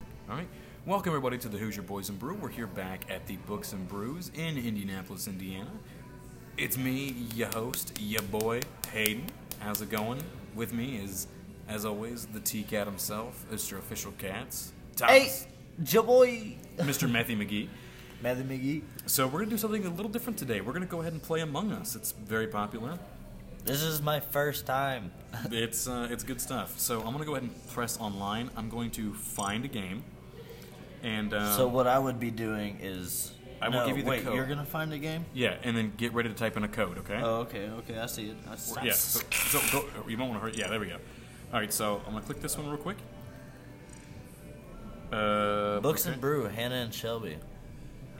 All right. Welcome, everybody, to the Hoosier Boys and Brew. We're here back at the Books and Brews in Indianapolis, Indiana. It's me, your host, your boy, Hayden. How's it going? With me is, as always, the T Cat himself, Mr. Official Cats, Hey, Tops, Jaboy, Mr. Matthew McGee. Mather McGee. So, we're going to do something a little different today. We're going to go ahead and play Among Us. It's very popular. This is my first time. It's uh, it's good stuff. So I'm gonna go ahead and press online. I'm going to find a game, and uh, so what I would be doing is I will No, give you the wait, code. You're gonna find a game? yeah, and then get ready to type in a code. Okay. Oh, okay, okay, I see it. I see it. yeah. So, so go, you might want to hurry. Yeah, there we go. All right. So I'm gonna click this one real quick. Uh, Books okay. and Brew, Hannah and Shelby,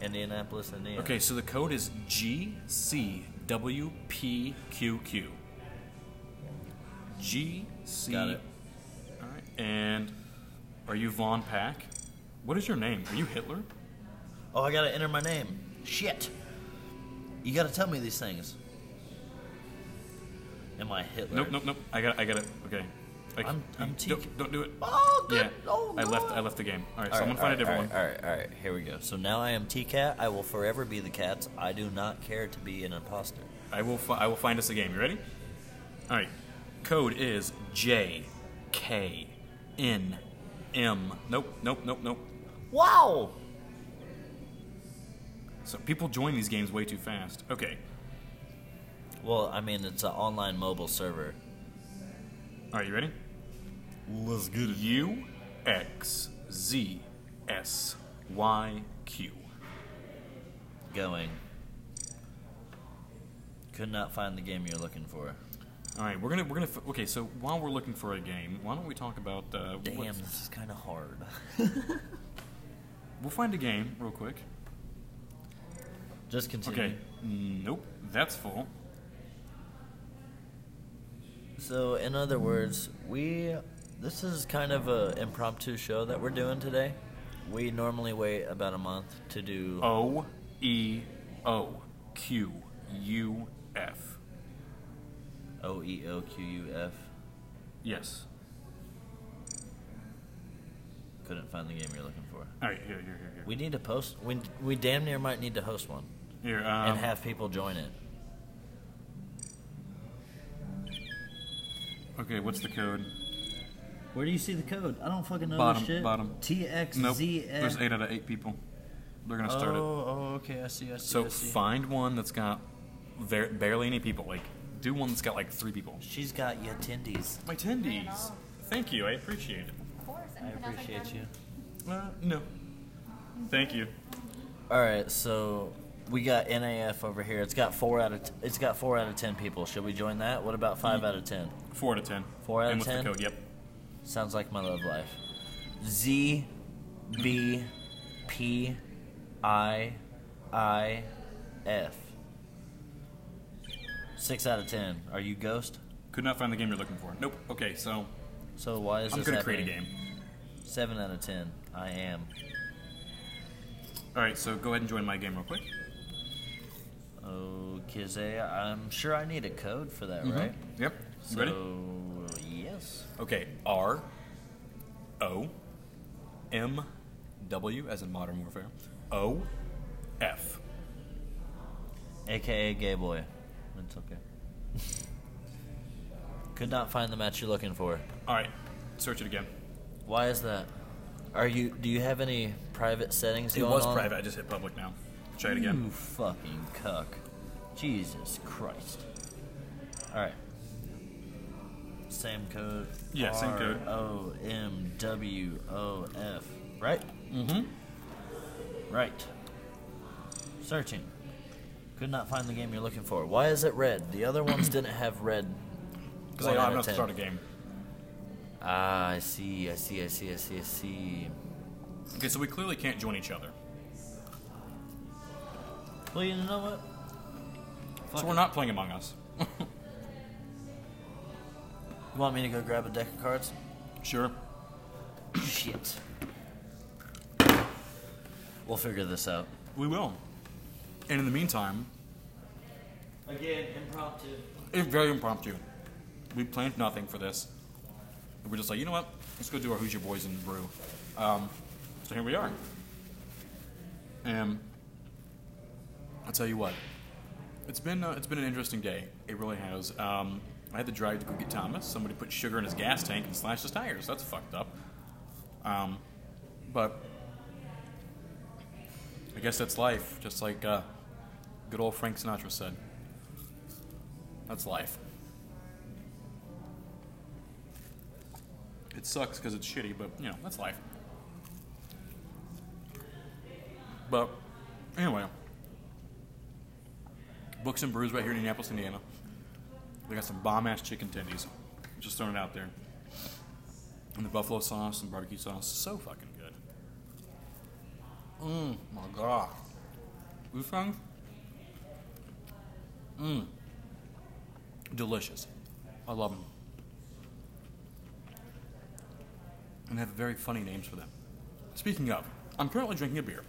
Indianapolis, Indiana. Okay. So the code is G C W P Q Q. G C. Got it. All right. And are you Von Pack? What is your name? Are you Hitler? Oh, I gotta enter my name. Shit. You gotta tell me these things. Am I Hitler? Nope, nope, nope. I got, I got it. Okay. I, I'm- I'm don't, teak- don't do it. Oh, good. Yeah. Oh, I left. Lord. I left the game. All right. All so right, I'm gonna find a all different right, one. All right, all right, here we go. So now I am T Cat. I will forever be the Cats. I do not care to be an imposter. I will. Fi- I will find us a game. You ready? All right. Code is J K N M. Nope. Nope. Nope. Nope. Wow! So people join these games way too fast. Okay. Well, I mean, it's an online mobile server. All right. You ready? Let's get U X Z S Y Q. Going. Could not find the game you're looking for. All right. We're gonna. We're gonna. F- okay. So while we're looking for a game, why don't we talk about? Uh, what- Damn, this is kind of hard. we'll find a game real quick. Just continue. Okay. Nope. That's full. So, in other words, we this is kind of a impromptu show that we're doing today. We normally wait about a month to do. O E O Q U F. O E O Q U F. Yes. Couldn't find the game you're looking for. All right. Here, here, here, here. We need to post. We, we damn near might need to host one here um, and have people join it. okay. What's the code? Where do you see the code? I don't fucking know Bottom, this shit. bottom. TXZX. Nope. There's eight out of eight people. They're gonna Oh, start it. oh, okay. I see. I see. So I see. find one that's got ver- barely any people. Like, do one that's got like three people. She's got your tendies. My tendies. Thank you. I appreciate it. Of course. I anything else appreciate done? you. Uh, no. Thank you. All right, so we got NAF over here. It's got four out of t- it's got four out of ten people. Should we join that? What about five out of ten? Four out of ten. Four out and of And 10? what's the code? Yep. Sounds like my love life. Z, B, P, I, I, F. Six out of ten. Are you ghost? Could not find the game you're looking for. Nope. Okay. So So why is I'm this gonna happening? create a game. Seven out of ten. I am. All right. So go ahead and join my game real quick. Oh, Kizay, I'm sure I need a code for that, right? Yep. So, Mm-hmm. You ready? yes. Okay. R O M W as in Modern Warfare. O F. AKA Gay Boy. It's okay. Could not find the match you're looking for. All right. Search it again. Why is that? Are you? Do you have any private settings It going was on? Hmm. private. I just hit public now. Try it You again. fucking cuck. Jesus Christ. Alright. Same code. Yeah, same code. O M W O F. Right? Mm Mm-hmm. hmm. Right. Searching. Could not find the game you're looking for. Why is it red? The other ones didn't have red. Because I One know out oh, I'm not of to 10. start a game. Ah, I see, I see, I see, I see, I see. Okay, so we clearly can't join each other. Well, you know what? so we're not playing Among Us. You want me to go grab a deck of cards? Sure. Shit. We'll figure this out. We will. And in the meantime, Again, impromptu. it's very impromptu. We planned nothing for this. We're just like, you know what? Let's go do our Hoosier Boys and Brew. Um, So here we are. And I'll tell you what, it's been uh, it's been an interesting day. It really has. Um, I had to drive to go get Thomas. Somebody put sugar in his gas tank and slashed his tires. That's fucked up. Um, but I guess that's life. Just like uh, good old Frank Sinatra said, that's life. It sucks because it's shitty, but you know that's life. But anyway, Books and Brews right here in Indianapolis, Indiana. They got some bomb ass chicken tendies. Just throwing it out there. And the buffalo sauce and barbecue sauce. So fucking good. Mmm, my god. These things? Mmm. Delicious. I love them. And they have very funny names for them. Speaking of, I'm currently drinking a beer.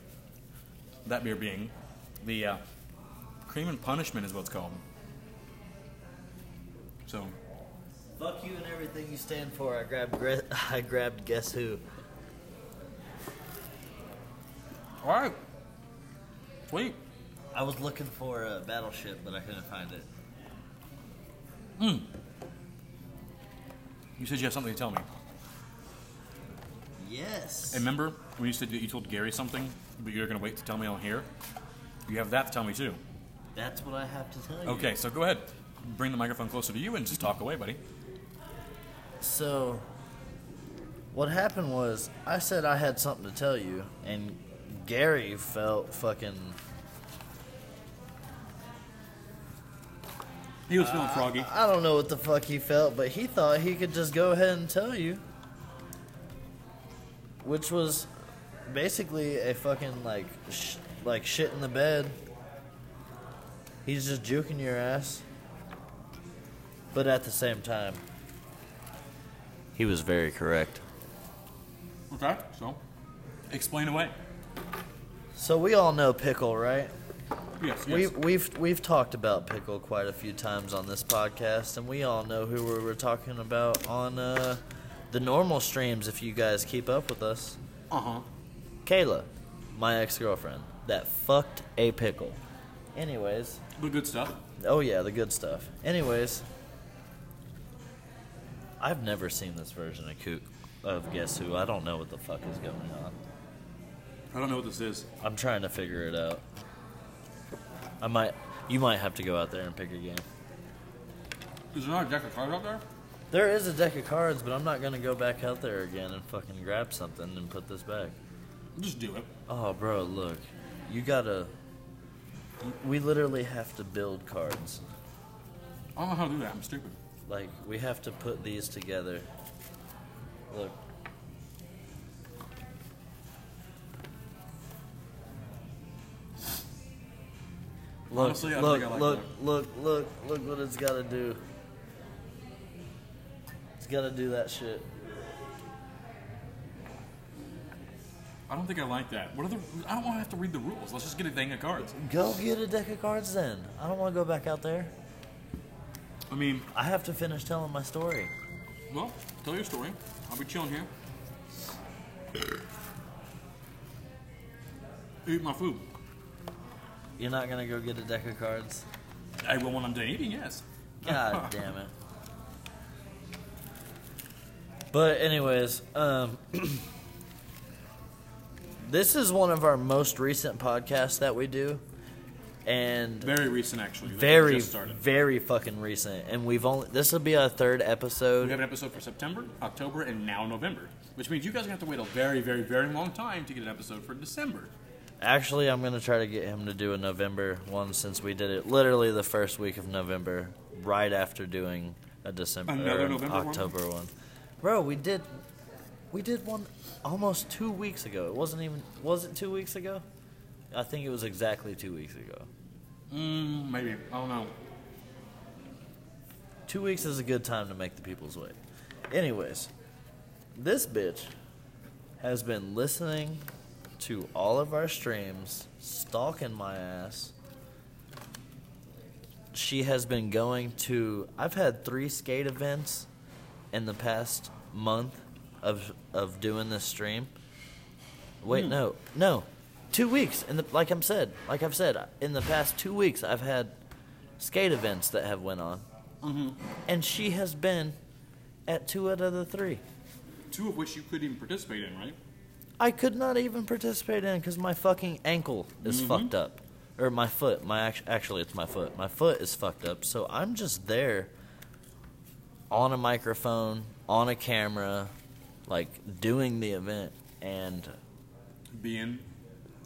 That beer being the uh, Cream and Punishment is what's called. So, Fuck you and everything you stand for. I grabbed. Gre- I grabbed. Guess who? all right, sweet. I was looking for a battleship, but I couldn't find it. You said you have something to tell me. Yes. And remember when you said that you told Gary something, but you're gonna wait to tell me on here? You have that to tell me too. That's what I have to tell you. Okay, so go ahead, bring the microphone closer to you and just talk away, buddy. So, what happened was I said I had something to tell you, and Gary felt fucking. He was feeling froggy. I don't know what the fuck he felt, but he thought he could just go ahead and tell you. Which was basically a fucking like sh- like shit in the bed. He's just juking your ass. But at the same time, he was very correct. Okay, so explain away. So we all know pickle, right? Yes, We, we've we've talked about pickle quite a few times on this podcast, and we all know who we were talking about on uh, the normal streams. If you guys keep up with us, Uh Uh-huh. huh. Kayla, my ex-girlfriend, that fucked a pickle. Anyways, The good stuff. oh yeah, the good stuff. Anyways, I've never seen this version of Kook of Guess Who. I don't know what the fuck is going on. I don't know what this is. I'm trying to figure it out. I might. You might have to go out there and pick a game. Is there not a deck of cards out there? There is a deck of cards, but I'm not gonna go back out there again and fucking grab something and put this back. Just do it. Oh, bro, look, you gotta. We literally have to build cards. I don't know how to do that. I'm stupid. Like we have to put these together. Look. Look, Honestly, I look, think I like look, look, look, look what it's got to do. It's got to do that shit. I don't think I like that. What are the? I don't want to have to read the rules. Let's just get a thing of cards. Go get a deck of cards then. I don't want to go back out there. I mean, I have to finish telling my story. well, tell your story. I'll be chilling here. Eat my food. You're not gonna go get a deck of cards? I will when I'm done eating. Yes. God damn it. But anyways, um this is one of our most recent podcasts that we do and Very recent, actually. This very Just started. very fucking recent and we've only this will be our third We episode. got an episode for September, October, and now November, which means you guys are gonna have to wait a very, very, very long time to get an episode for December. Actually, I'm going to try to get him to do a November one since we did it literally the first week of November right after doing a December Another or an November one? October one? Bro, we did we did one almost 2 weeks ago. It wasn't even was it 2 weeks ago? I think it was exactly 2 weeks ago. Mm, maybe. I don't know. 2 weeks is a good time to make the people's wait. Anyways, this bitch has been listening to all of our streams, stalking my ass. She has been going to. I've had three skate events in the past month of of doing this stream, Wait, no, no, two weeks. And like I'm said, like I've said, in the past two weeks, I've had skate events that have went on, and she has been at two out of the three. Two of which you couldn't even participate in, right? I could not even participate in because my fucking ankle is Mm-hmm. fucked up, or my foot. My act- actually, it's my foot. My foot is fucked up, so I'm just there on a microphone, on a camera, like doing the event, and Being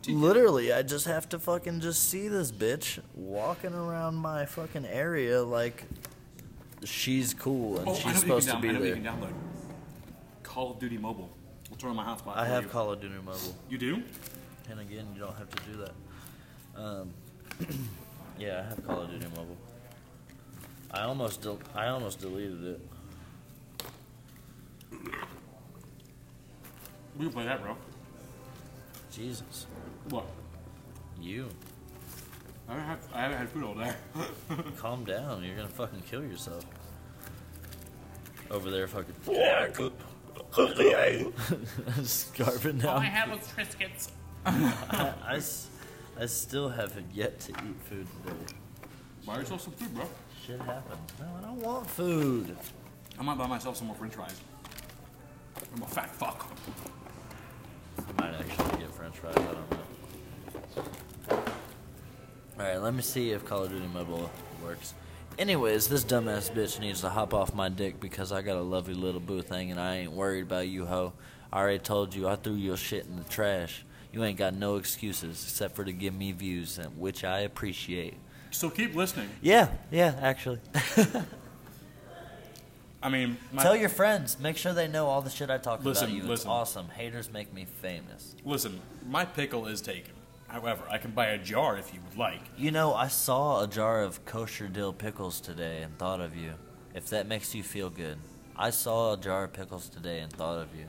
literally, I just have to fucking just see this bitch walking around my fucking area like she's cool and oh, I know she's what you can supposed to down- be I know what there. you can download. Call of Duty Mobile. We'll turn on my hotspot. I for have you. Call of Duty Mobile. You do? And again, you don't have to do that. Um, yeah, I have Call of Duty Mobile. I almost del- I almost deleted it. We can play that, bro. Jesus, What? you I haven't had, I haven't had food all day. calm down. You're gonna fucking kill yourself over there, fucking scarfing All down. I had was Triscuits. I, I s- I still haven't yet to eat food today. Buy yourself some food, bro. Shit happened. No, I don't want food. I might buy myself some more french fries. I'm a fat fuck. I might actually get french fries, I don't know. Alright, let me see if Call of Duty Mobile works. Anyways, this dumbass bitch needs to hop off my dick because I got a lovely little boo thing and I ain't worried about you, ho. I already told you I threw your shit in the trash. You ain't got no excuses except for to give me views, and- which I appreciate. So keep listening. Yeah, yeah, actually. I mean, my, Tell your friends. Make sure they know all the shit I talk Listen, about you. It's listen. awesome. Haters make me famous. listen. My pickle is taken. However, I can buy a jar if you would like. You know, I saw a jar of kosher dill pickles today and thought of you. If that makes you feel good. I saw a jar of pickles today and thought of you.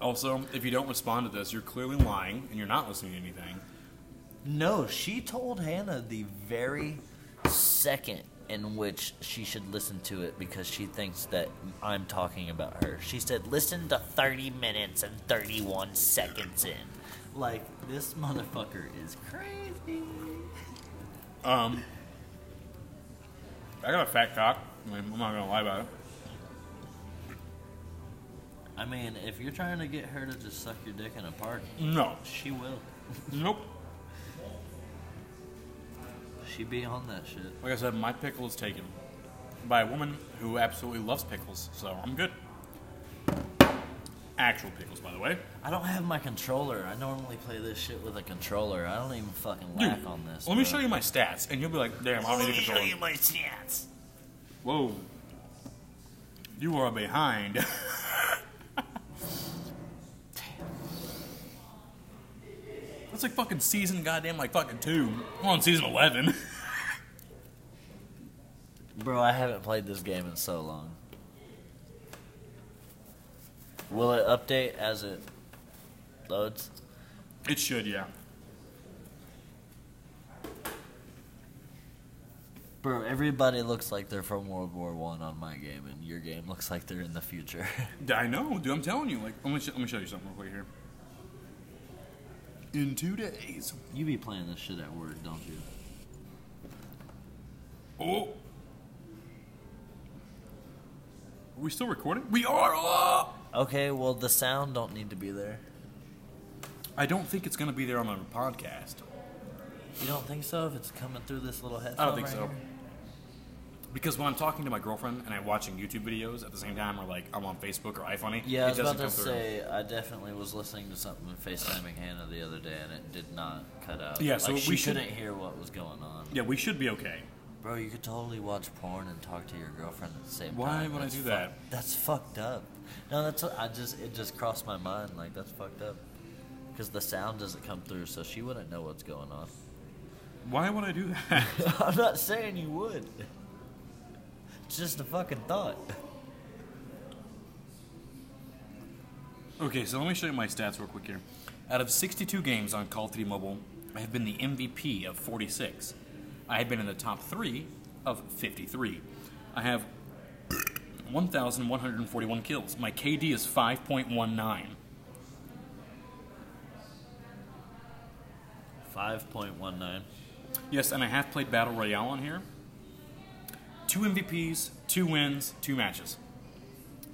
Also, if you don't respond to this, you're clearly lying and you're not listening to anything. No, she told Hannah the very second in which she should listen to it because she thinks that I'm talking about her. She said, listen to 30 minutes and 31 seconds in. Like, this motherfucker is crazy. Um, I got a fat cock. I mean, I'm not gonna lie about it. I mean, if you're trying to get her to just suck your dick in a park, No, she will. nope. She be on that shit. Like I said, my pickle is taken by a woman who absolutely loves pickles, so I'm good. Actual pickles, by the way. I don't have my controller. I normally play this shit with a controller. I don't even fucking Dude, lack on this. Let me bro. show you my stats, and you'll be like, damn, I don't need a controller. my stats. Whoa. You are behind. That's like fucking season goddamn like fucking two. I'm on season eleven. Bro, I haven't played this game in so long. Will it update as it loads? It should, yeah. Bro, everybody looks like they're from World War One on my game, and your game looks like they're in the future. I know, dude. I'm telling you. Like, let me, sh- let me show you something real quick here. In two days. you be playing this shit at work, don't you? Oh. Are we still recording? We are. Oh! Okay, well the sound don't need to be there. I don't think it's gonna be there on my podcast. You don't think so? If it's coming through this little headphone? I don't think right so. here? Because when I'm talking to my girlfriend and I'm watching YouTube videos at the same time, or like I'm on Facebook or iFunny, Yeah, I it was doesn't about come to through. say I definitely was listening to something FaceTiming Hannah the other day, and it did not cut out. Yeah, so like, she we should- couldn't hear what was going on. Yeah, we should be okay. Bro, you could totally watch porn and talk to your girlfriend at the same Why time. would I That's do fuck- that? That's fucked up. No, that's what I just it just crossed my mind. Like that's fucked up, because the sound doesn't come through, so she wouldn't know what's going on. Why would I do that? I'm not saying you would. It's just a fucking thought. okay, so let me show you my stats real quick here. Out of 62 games on Call of Duty Mobile, I have been the MVP of 46. I have been in the top three of 53. I have 1,141 kills. My KD is 5.19. 5.19. Yes, and I have played Battle Royale on here. Two MVPs, two wins, two matches.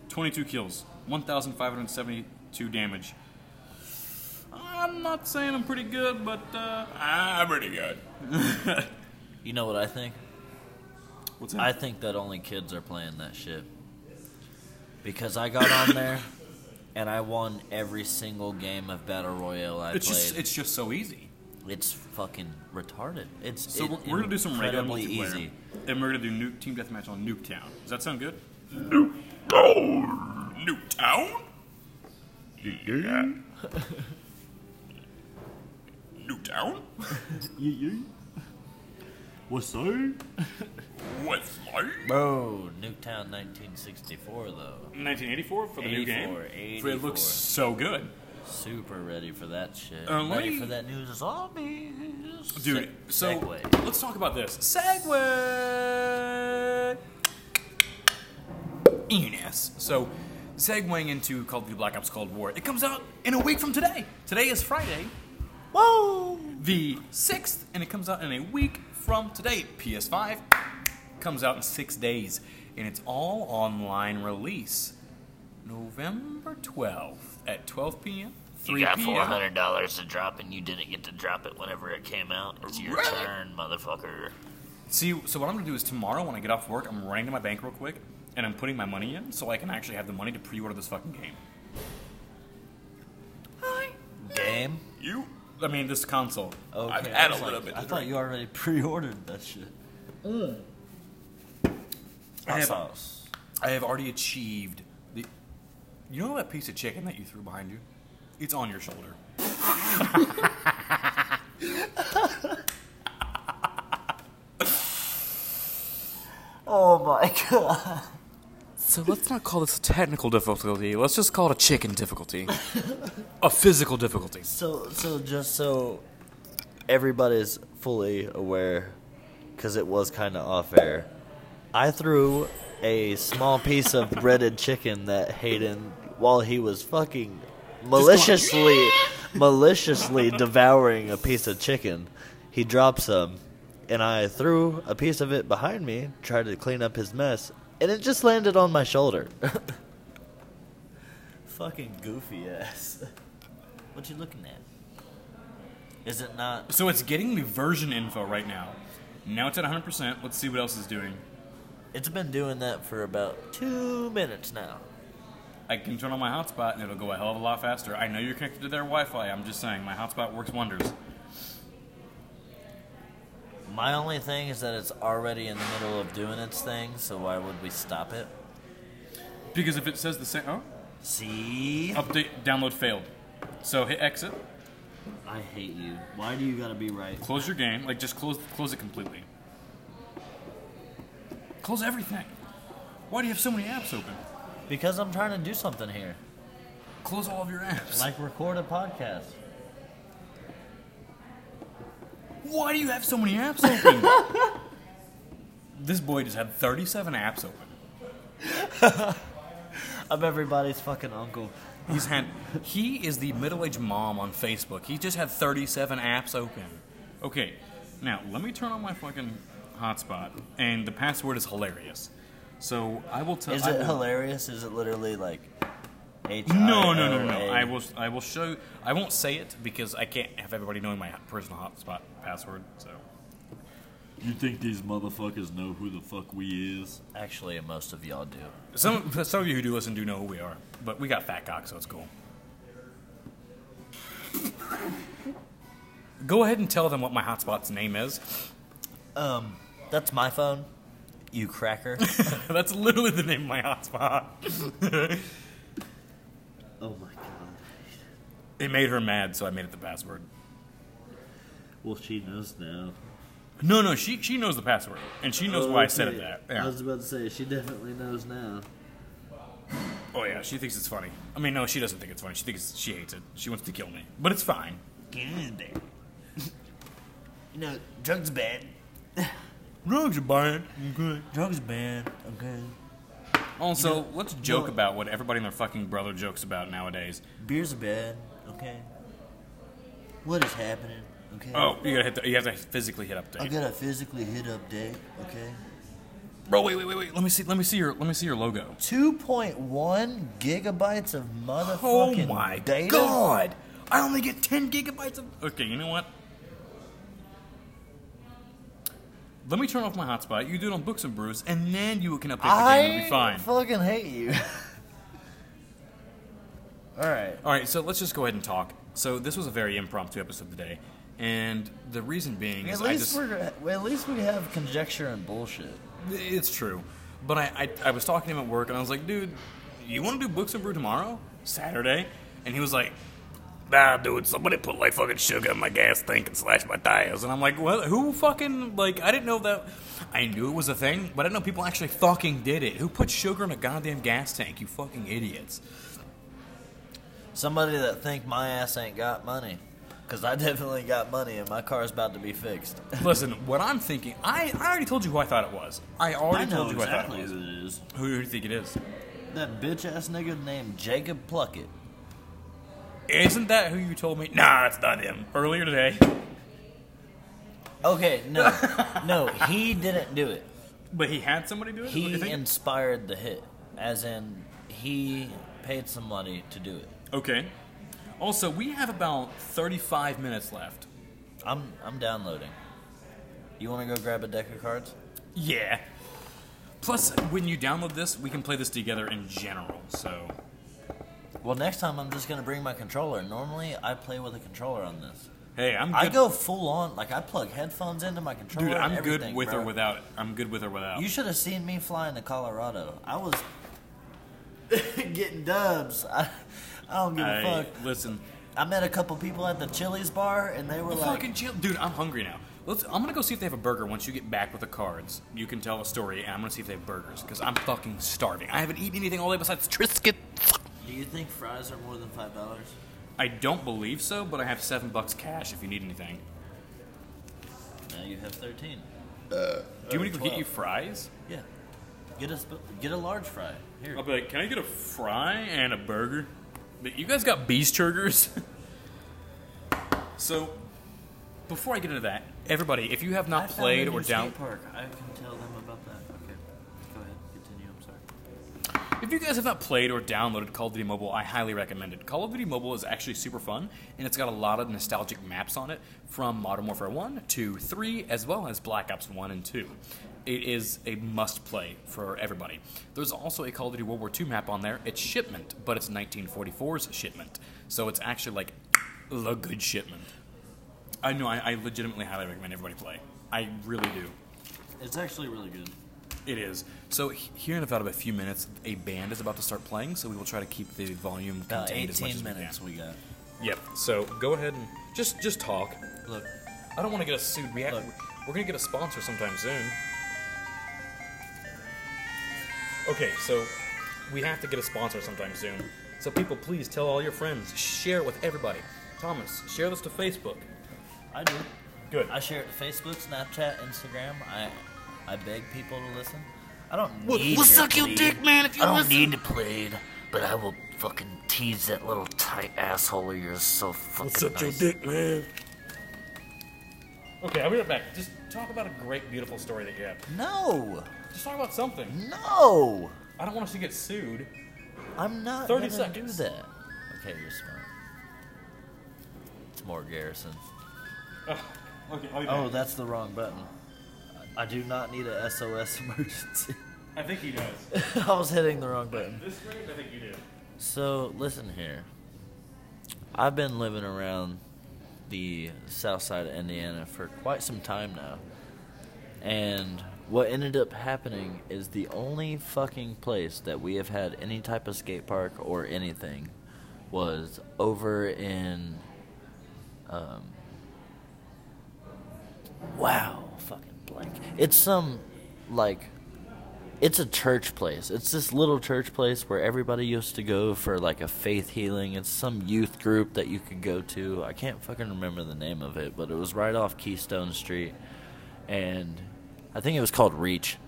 22 kills, 1,572 damage. I'm not saying I'm pretty good, but uh, I'm pretty good. You know what I think? What's I think that only kids are playing that shit. Because I got on there and I won every single game of Battle Royale I it's played. just it's just so easy. It's fucking retarded. It's So it- we're, we're gonna do some regular incredibly multiplayer, easy. and we're gonna do nuke team deathmatch on Nuketown. Does that sound good? Nuke Nuketown. Nuketown. What's that? What's like? Bro, Nuketown 1964 though. 1984 for the new game. 84, It looks so good, Super ready for that shit. Um, let ready me- for that new zombies. dude. so Se- segue. let's talk about this. Segway. Enos. So, segueing into Call of Duty Black Ops Cold War. It comes out in a week from today. Today is Friday, Whoa! the 6th, and it comes out in a week from today. PS5 comes out in six days, and it's all online release. November 12th at 12 p.m. 3 you got p.m. four hundred dollars to drop, and you didn't get to drop it whenever it came out. It's your Right. turn, motherfucker. See, so what I'm gonna do is tomorrow when I get off work, I'm running to my bank real quick, and I'm putting my money in so I can actually have the money to pre-order this fucking game. Hi. Game. You. I mean, this console. Okay. I've I had a was little like, bit. I to thought drink. you already pre-ordered that shit. I Mm. Hot have- sauce. I have already achieved the. You know that piece of chicken that you threw behind you? It's on your shoulder. Oh my god. So let's not call this a technical difficulty. Let's just call it a chicken difficulty. a physical difficulty. So, so just so everybody's fully aware, because it was kind of off air, I threw a small piece of breaded chicken that Hayden, while he was fucking maliciously, maliciously devouring a piece of chicken, he dropped some, and I threw a piece of it behind me, tried to clean up his mess, and it just landed on my shoulder. fucking goofy ass. What you looking at? Is it not? So it's getting the version info right now. Now it's at 100%. Let's see what else is doing. It's been doing that for about two minutes now. I can turn on my hotspot and it'll go a hell of a lot faster. I know you're connected to their Wi-Fi. I'm just saying, my hotspot works wonders. My only thing is that it's already in the middle of doing its thing, so why would we stop it? Because if it says the same, oh, See? update download failed. So hit exit, I hate you. Why do you gotta be right? close your game, like just close close it completely. Close everything. Why do you have so many apps open? Because I'm trying to do something here, Close all of your apps. like record a podcast. why do you have so many apps open? this boy just had 37 apps open. I'm everybody's fucking uncle. He's had he is the middle-aged mom on Facebook. He just had 37 apps open. Okay, now let me turn on my fucking hotspot, and the password is hilarious. So I will tell. Is I it will- hilarious? Is it literally like? H I No, no, no, L no. A? I will. I will show. I won't say it because I can't have everybody knowing my personal hotspot password. So You think these motherfuckers know who the fuck we is? Actually, most of y'all do. some some of you who do listen do know who we are, but we got fat cock, so it's cool. Go ahead and tell them what my hotspot's name is. Um, that's my phone. You cracker. That's literally the name of my hotspot. Oh my god. It made her mad, so I made it the password. Well, she knows now. No, no, she she knows the password, and she knows why I said it that. Yeah. I was about to say, she definitely knows now. oh yeah, she thinks it's funny. I mean, no, she doesn't think it's funny. She thinks she hates it. She wants to kill me, but it's fine. Get in there. you know, drugs bad. Drugs are bad. Okay. Drugs banned. Okay. Also, let's joke what? about what everybody and their fucking brother jokes about nowadays. Beers are bad. Okay. What is happening? Okay. Oh, you gotta hit. The, you have to physically hit update. I got a physically hit update. Okay. Bro, wait, wait, wait, wait. Let me see. Let me see your. Let me see your logo. 2.1 gigabytes of Oh motherfucking my data. god! I only get 10 gigabytes of. Okay, you know what? Let me turn off my hotspot. You do it on Books and Brews, and then you can update the game. It'll I be fine. fucking hate you. All right. All right, so let's just go ahead and talk. So this was a very impromptu episode today, and the reason being At is least I just we're well, at least we have conjecture and bullshit. it's true. But I, I I was talking to him at work, and I was like, dude, you want to do Books and Brew tomorrow, Saturday? And he was like, Nah, dude, somebody put like fucking sugar in my gas tank and slashed my tires. And I'm like, what? Who fucking like? I didn't know that. I knew it was a thing, but I didn't know people actually fucking did it. Who put sugar in a goddamn gas tank? You fucking idiots. Somebody that think my ass ain't got money, because I definitely got money and my car's about to be fixed. Listen, what I'm thinking, I, I already told you who I thought it was. I I already know told you who exactly I thought it was. who it is. Who do you think it is? That bitch ass nigga named Jacob Pluckett. Isn't that who you told me? Nah, it's not him. Earlier today. Okay, no, no, he didn't do it. But he had somebody do it? He You think? inspired the hit, as in he paid some money to do it. okay. Also, we have about 35 minutes left. I'm I'm downloading. You want to go grab a deck of cards? Yeah. Plus, when you download this, we can play this together in general. So, Well, next time I'm just gonna bring my controller. Normally, I play with a controller on this. hey, I'm good. I go full on, like I plug headphones into my controller. Dude, and I'm good everything, with bro. or without it. I'm good with or without. You should have seen me flying to Colorado. I was getting dubs. I, I don't give a I, fuck. listen, I met a couple people at the Chili's bar, and they were like, fucking chill, dude. I'm hungry now. Let's. I'm gonna go see if they have a burger. Once you get back with the cards, you can tell a story, and I'm gonna see if they have burgers because I'm fucking starving. I haven't eaten anything all day besides Triscuit. "Do you think fries are more than five dollars?" I don't believe so, but I have seven bucks cash if you need anything. Now you have thirteen. Do you want me to go get twelve. you fries? Yeah, get a sp- get a large fry here. I'll be like, can I get a fry and a burger? But You guys got beast burgers? so, before I get into that, everybody, if you have I not found played a new or down, skate park. I can tell them about that. Okay, go ahead, continue. I'm sorry. if you guys have not played or downloaded Call of Duty Mobile, I highly recommend it. Call of Duty Mobile is actually super fun, and it's got a lot of nostalgic maps on it, from Modern Warfare 1 to 3, as well as Black Ops 1 and 2. It is a must play for everybody. There's also a Call of Duty World War II map on there. It's Shipment, but it's 1944's Shipment, so it's actually like the good shipment. I know, I, I legitimately highly recommend everybody play. I really do. It's actually really good. It is. So h- here in about a few minutes, a band is about to start playing, so we will try to keep the volume About contained as much as Uh, eighteen minutes we we got. can. Yep. So go ahead and just just talk. Look, I don't want to get us sued. We have, Look. we're gonna get a sponsor sometime soon. Okay, so we have to get a sponsor sometime soon. So people, please tell all your friends. Share it with everybody. Thomas, share this to Facebook. I do. Good. I share it to Facebook, Snapchat, Instagram. I I beg people to listen. I don't Well, need we'll your suck your plead. dick, man, if you I don't listen. need to plead, but I will fucking tease that little tight asshole of yours so fucking nice. dick, man. Okay, I'll be right back. Just talk about a great, beautiful story that you have. No, Just talk about something. no, I don't want us to get sued. I'm not 30 gonna seconds. do that. Okay, you're smart. It's more Garrison. Okay, Oh, that's the wrong button. I do not need a SOS emergency. I think he does. I was hitting the wrong button. this rate, I think you do. So listen here. I've been living around the south side of Indiana for quite some time now. And what ended up happening is the only fucking place that we have had any type of skate park or anything was over in um Wow, fucking blank. It's some like it's a church place. It's this little church place where everybody used to go for like a faith healing. It's some youth group that you could go to. I can't fucking remember the name of it, but it was right off Keystone Street. And I think it was called Reach.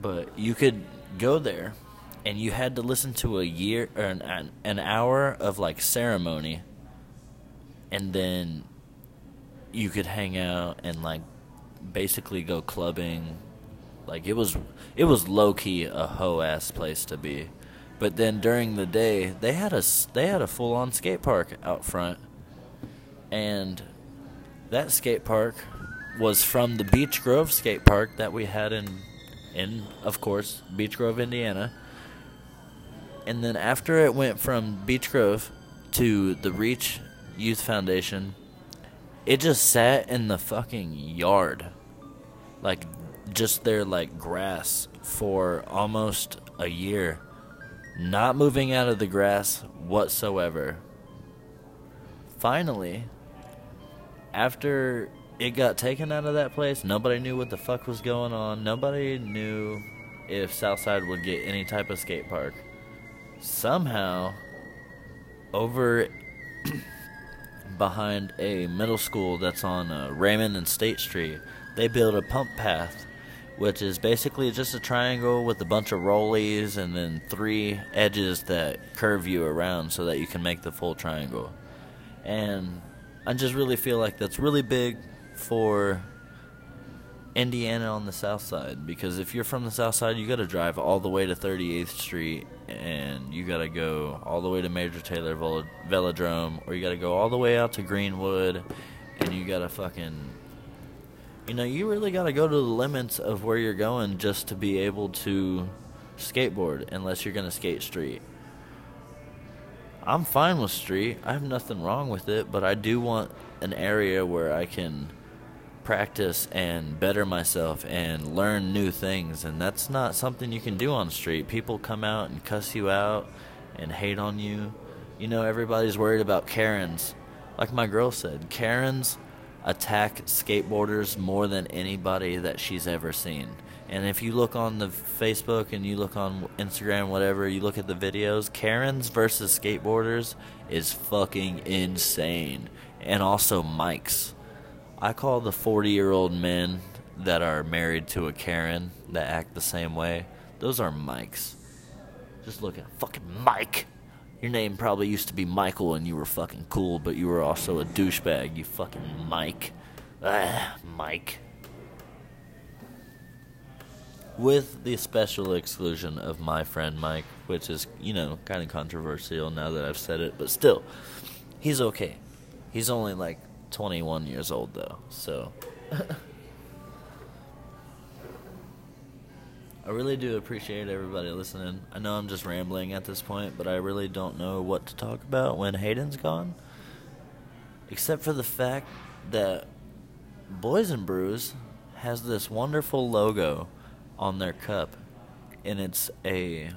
But you could go there and you had to listen to a year or an- an, an hour of like ceremony. And then you could hang out and like basically go clubbing. Like it was it was low key a hoe ass place to be. But then during the day, they had a s- they had a full on skate park out front. And that skate park was from the Beach Grove skate park that we had in in of course Beach Grove, Indiana. And then after it went from Beach Grove to the Reach Youth Foundation, it just sat in the fucking yard. Like just their like grass for almost a year. Not moving out of the grass whatsoever. Finally, after it got taken out of that place, nobody knew what the fuck was going on. Nobody knew if Southside would get any type of skate park. Somehow, over behind a middle school that's on uh, Raymond and State Street, they built a pump path, which is basically just a triangle with a bunch of rollies and then three edges that curve you around so that you can make the full triangle and I just really feel like that's really big for Indiana on the south side because if you're from the south side, you got to drive all the way to 38th Street and you got to go all the way to Major Taylor Vel- Velodrome or you got to go all the way out to Greenwood and you got to fucking you know, you really got to go to the limits of where you're going just to be able to skateboard unless you're going to skate street. I'm fine with street. I have nothing wrong with it, but I do want an area where I can practice and better myself and learn new things, and that's not something you can do on street. People come out and cuss you out and hate on you. You know, everybody's worried about Karens. Like my girl said, Karens attack skateboarders more than anybody that she's ever seen. And if you look on the Facebook and you look on Instagram, whatever, you look at the videos, Karens versus skateboarders is fucking insane. And also Mike's. I call the 40 year old men that are married to a Karen that act the same way, those are Mike's. Just look at fucking Mike. Your name probably used to be Michael and you were fucking cool, but you were also a douchebag, you fucking Mike. Ah, Mike. With the special exclusion of my friend Mike, which is, you know, kind of controversial now that I've said it, but still, he's okay. He's only like 21 years old, though, so. I really do appreciate everybody listening. I know I'm just rambling at this point, but I really don't know what to talk about when Hayden's gone. Except for the fact that Boys and Brews has this wonderful logo on their cup, and it's a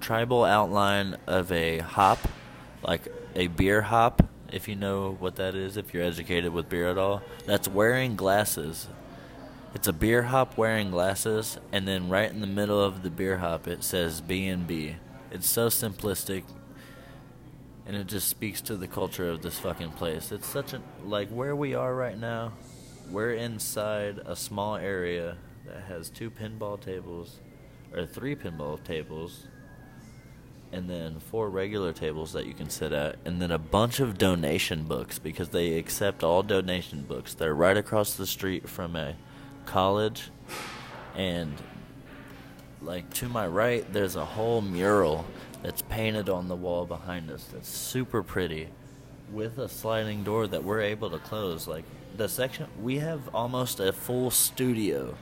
tribal outline of a hop, like a beer hop, if you know what that is, if you're educated with beer at all, that's wearing glasses. It's a beer hop wearing glasses, and then right in the middle of the beer hop, it says B and B. It's so simplistic, and it just speaks to the culture of this fucking place. It's such a like where we are right now. We're inside a small area that has two pinball tables, or three pinball tables, and then four regular tables that you can sit at, and then a bunch of donation books because they accept all donation books. They're right across the street from a college, and like to my right, there's a whole mural that's painted on the wall behind us that's super pretty with a sliding door that we're able to close. Like the section, we have almost a full studio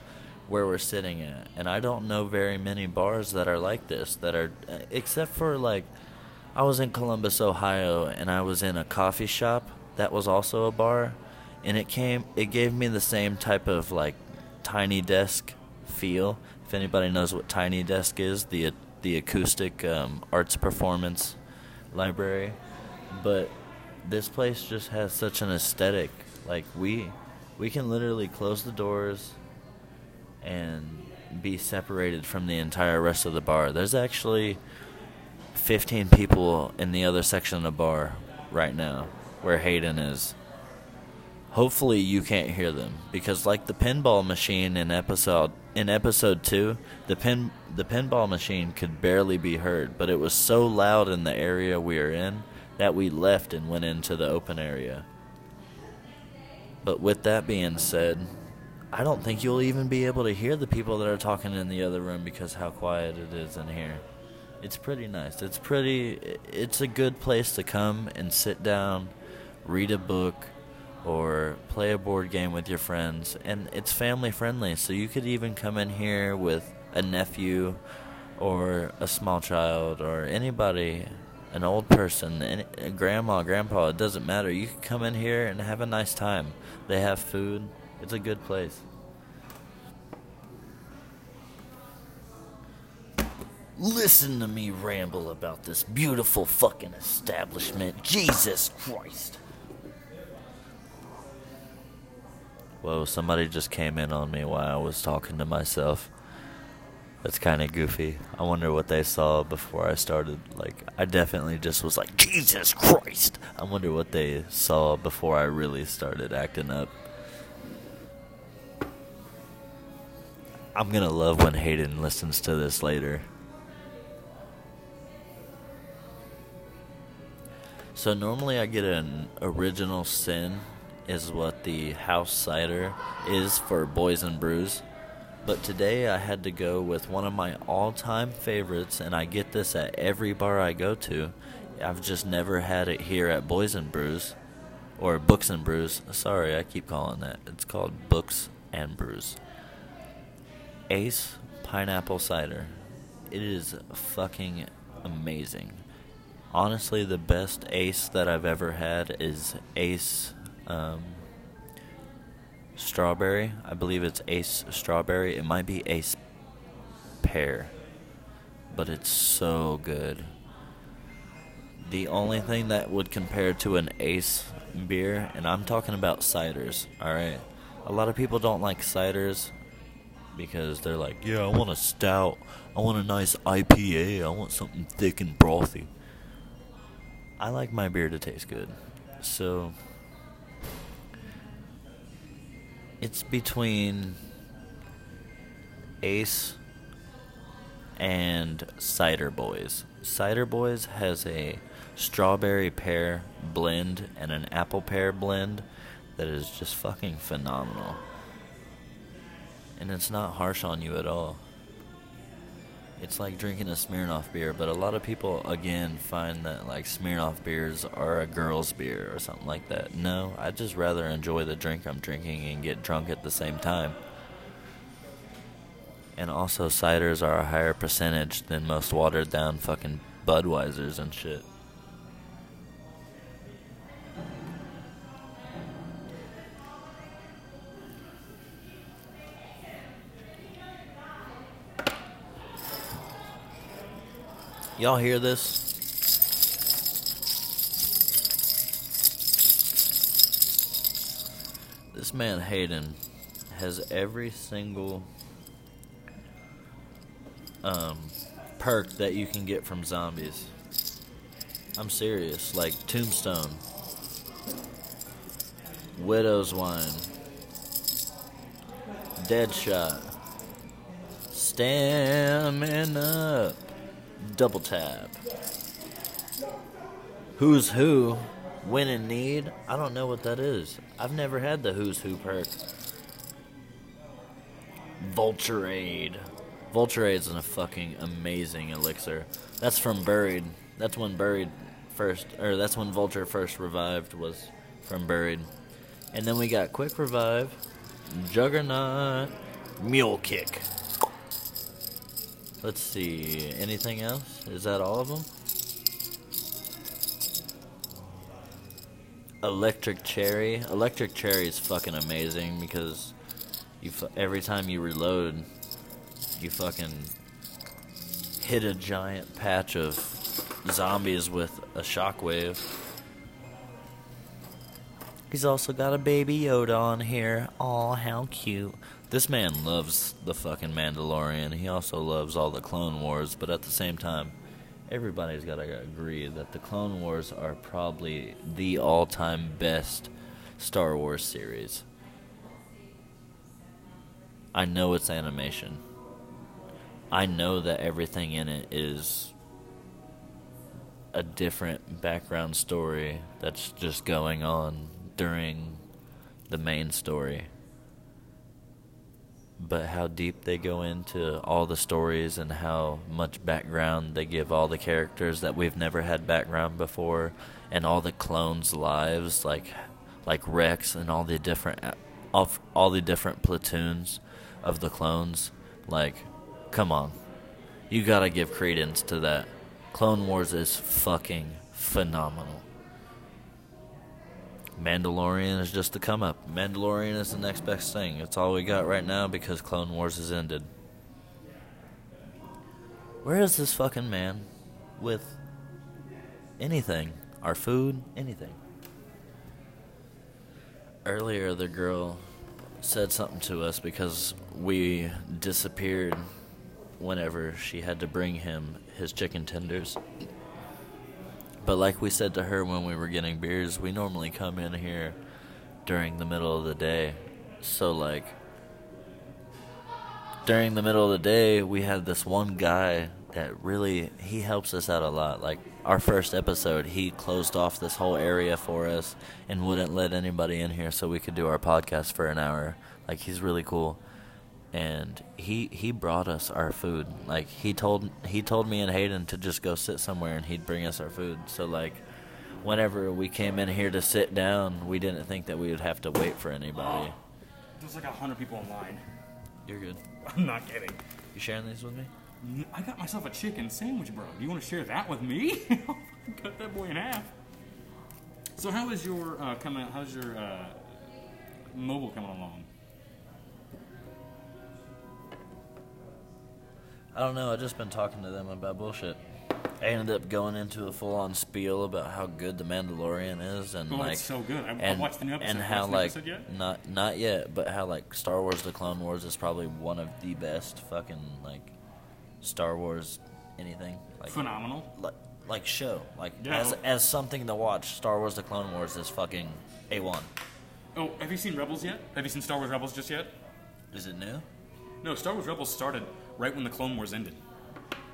where we're sitting at, and I don't know very many bars that are like this that are except for like I was in Columbus, Ohio, and I was in a coffee shop that was also a bar, and it came it gave me the same type of like tiny desk feel. If anybody knows what tiny desk is, the the acoustic um, arts performance library, but this place just has such an aesthetic. Like we we can literally close the doors and be separated from the entire rest of the bar. There's actually 15 people in the other section of the bar right now where Hayden is. Hopefully you can't hear them because like the pinball machine in episode in episode 2, the pin the pinball machine could barely be heard, but it was so loud in the area we are in that we left and went into the open area. But with that being said, I don't think you'll even be able to hear the people that are talking in the other room because how quiet it is in here. It's pretty nice. It's pretty. i- It's a good place to come and sit down, read a book, or play a board game with your friends. And it's family friendly, so you could even come in here with a nephew, or a small child, or anybody, an old person, any, a grandma, grandpa. It doesn't matter. You could come in here and have a nice time. They have food. It's a good place. Listen to me ramble about this beautiful fucking establishment. Jesus Christ. Whoa, somebody just came in on me while I was talking to myself. That's kind of goofy. I wonder what they saw before I started. Like, I definitely just was like, Jesus Christ! I wonder what they saw before I really started acting up. I'm gonna love when Hayden listens to this later. So normally I get an original sin is what the house cider is for boys and brews. But today I had to go with one of my all-time favorites and I get this at every bar I go to. I've just never had it here at Boys and Brews or Books and Brews. Sorry, I keep calling that. It's called Books and Brews. Ace Pineapple Cider. It is fucking amazing. Honestly, the best Ace that I've ever had is Ace um, Strawberry. I believe it's Ace Strawberry. It might be Ace Pear. But it's so good. The only thing that would compare to an Ace beer, and I'm talking about ciders, alright? A lot of people don't like ciders because they're like, yeah, I want a stout. I want a nice IPA. I want something thick and brothy. I like my beer to taste good. So it's between Ace and Cider Boys. Cider Boys has a strawberry pear blend and an apple pear blend that is just fucking phenomenal and it's not harsh on you at all. It's like drinking a Smirnoff beer, but a lot of people again find that like Smirnoff beers are a girl's beer or something like that. No, I just rather enjoy the drink I'm drinking and get drunk at the same time. And also ciders are a higher percentage than most watered down fucking Budweisers and shit. Y'all hear this? This man Hayden has every single um, perk that you can get from zombies. I'm serious, like tombstone, widow's wine, dead shot, stamina double tap. Who's who when in need? I don't know what that is. I've never had the who's who perk. Vulturade. Vulturade's a fucking amazing elixir. That's from Buried. That's when Buried first, or that's when Vulture first revived was from Buried. And then we got Quick Revive, Juggernaut, Mule Kick. Let's see. Anything else? Is that all of them? Electric Cherry. Electric Cherry is fucking amazing because you fu- every time you reload, you fucking hit a giant patch of zombies with a shockwave. He's also got a baby Yoda on here. Aw, how cute. This man loves the fucking Mandalorian. He also loves all the Clone Wars, but at the same time, everybody's got to agree that the Clone Wars are probably the all time best Star Wars series. I know it's animation. I know that everything in it is a different background story that's just going on during the main story. But how deep they go into all the stories and how much background they give all the characters that we've never had background before, and all the clones' lives, like like Rex and all the different all, all the different platoons of the clones. Like, come on, you gotta give credence to that. Clone Wars is fucking phenomenal. Mandalorian is just the come up. Mandalorian is the next best thing. It's all we got right now because Clone Wars has ended. Where is this fucking man with anything? Our food? Anything. Earlier, the girl said something to us because we disappeared whenever she had to bring him his chicken tenders. But like we said to her when we were getting beers, we normally come in here during the middle of the day. So like during the middle of the day, we have this one guy that really he helps us out a lot. Like our first episode, he closed off this whole area for us and wouldn't let anybody in here so we could do our podcast for an hour. Like he's really cool and he he brought us our food. Like he told he told me and Hayden to just go sit somewhere and he'd bring us our food. So like whenever we came in here to sit down, we didn't think that we would have to wait for anybody. There's like a hundred people in line. You're good. I'm not kidding. You sharing these with me? N- I got myself a chicken sandwich, bro. Do you want to share that with me? I'll Cut that boy in half. So how is your uh, coming? How's your uh, mobile coming along? I don't know. I've just been talking to them about bullshit. I ended up going into a full-on spiel about how good the Mandalorian is, and Oh, like it's so good. I, I and, watched the new episode. and You how watched the like episode yet? not not yet, but how like Star Wars: The Clone Wars is probably one of the best fucking like Star Wars anything like phenomenal. like, like show like Yeah. as as something to watch. Star Wars: The Clone Wars is fucking a one. Oh, have you seen Rebels yet? Have you seen Star Wars Rebels just yet? Is it new? No, Star Wars Rebels started right when the Clone Wars ended.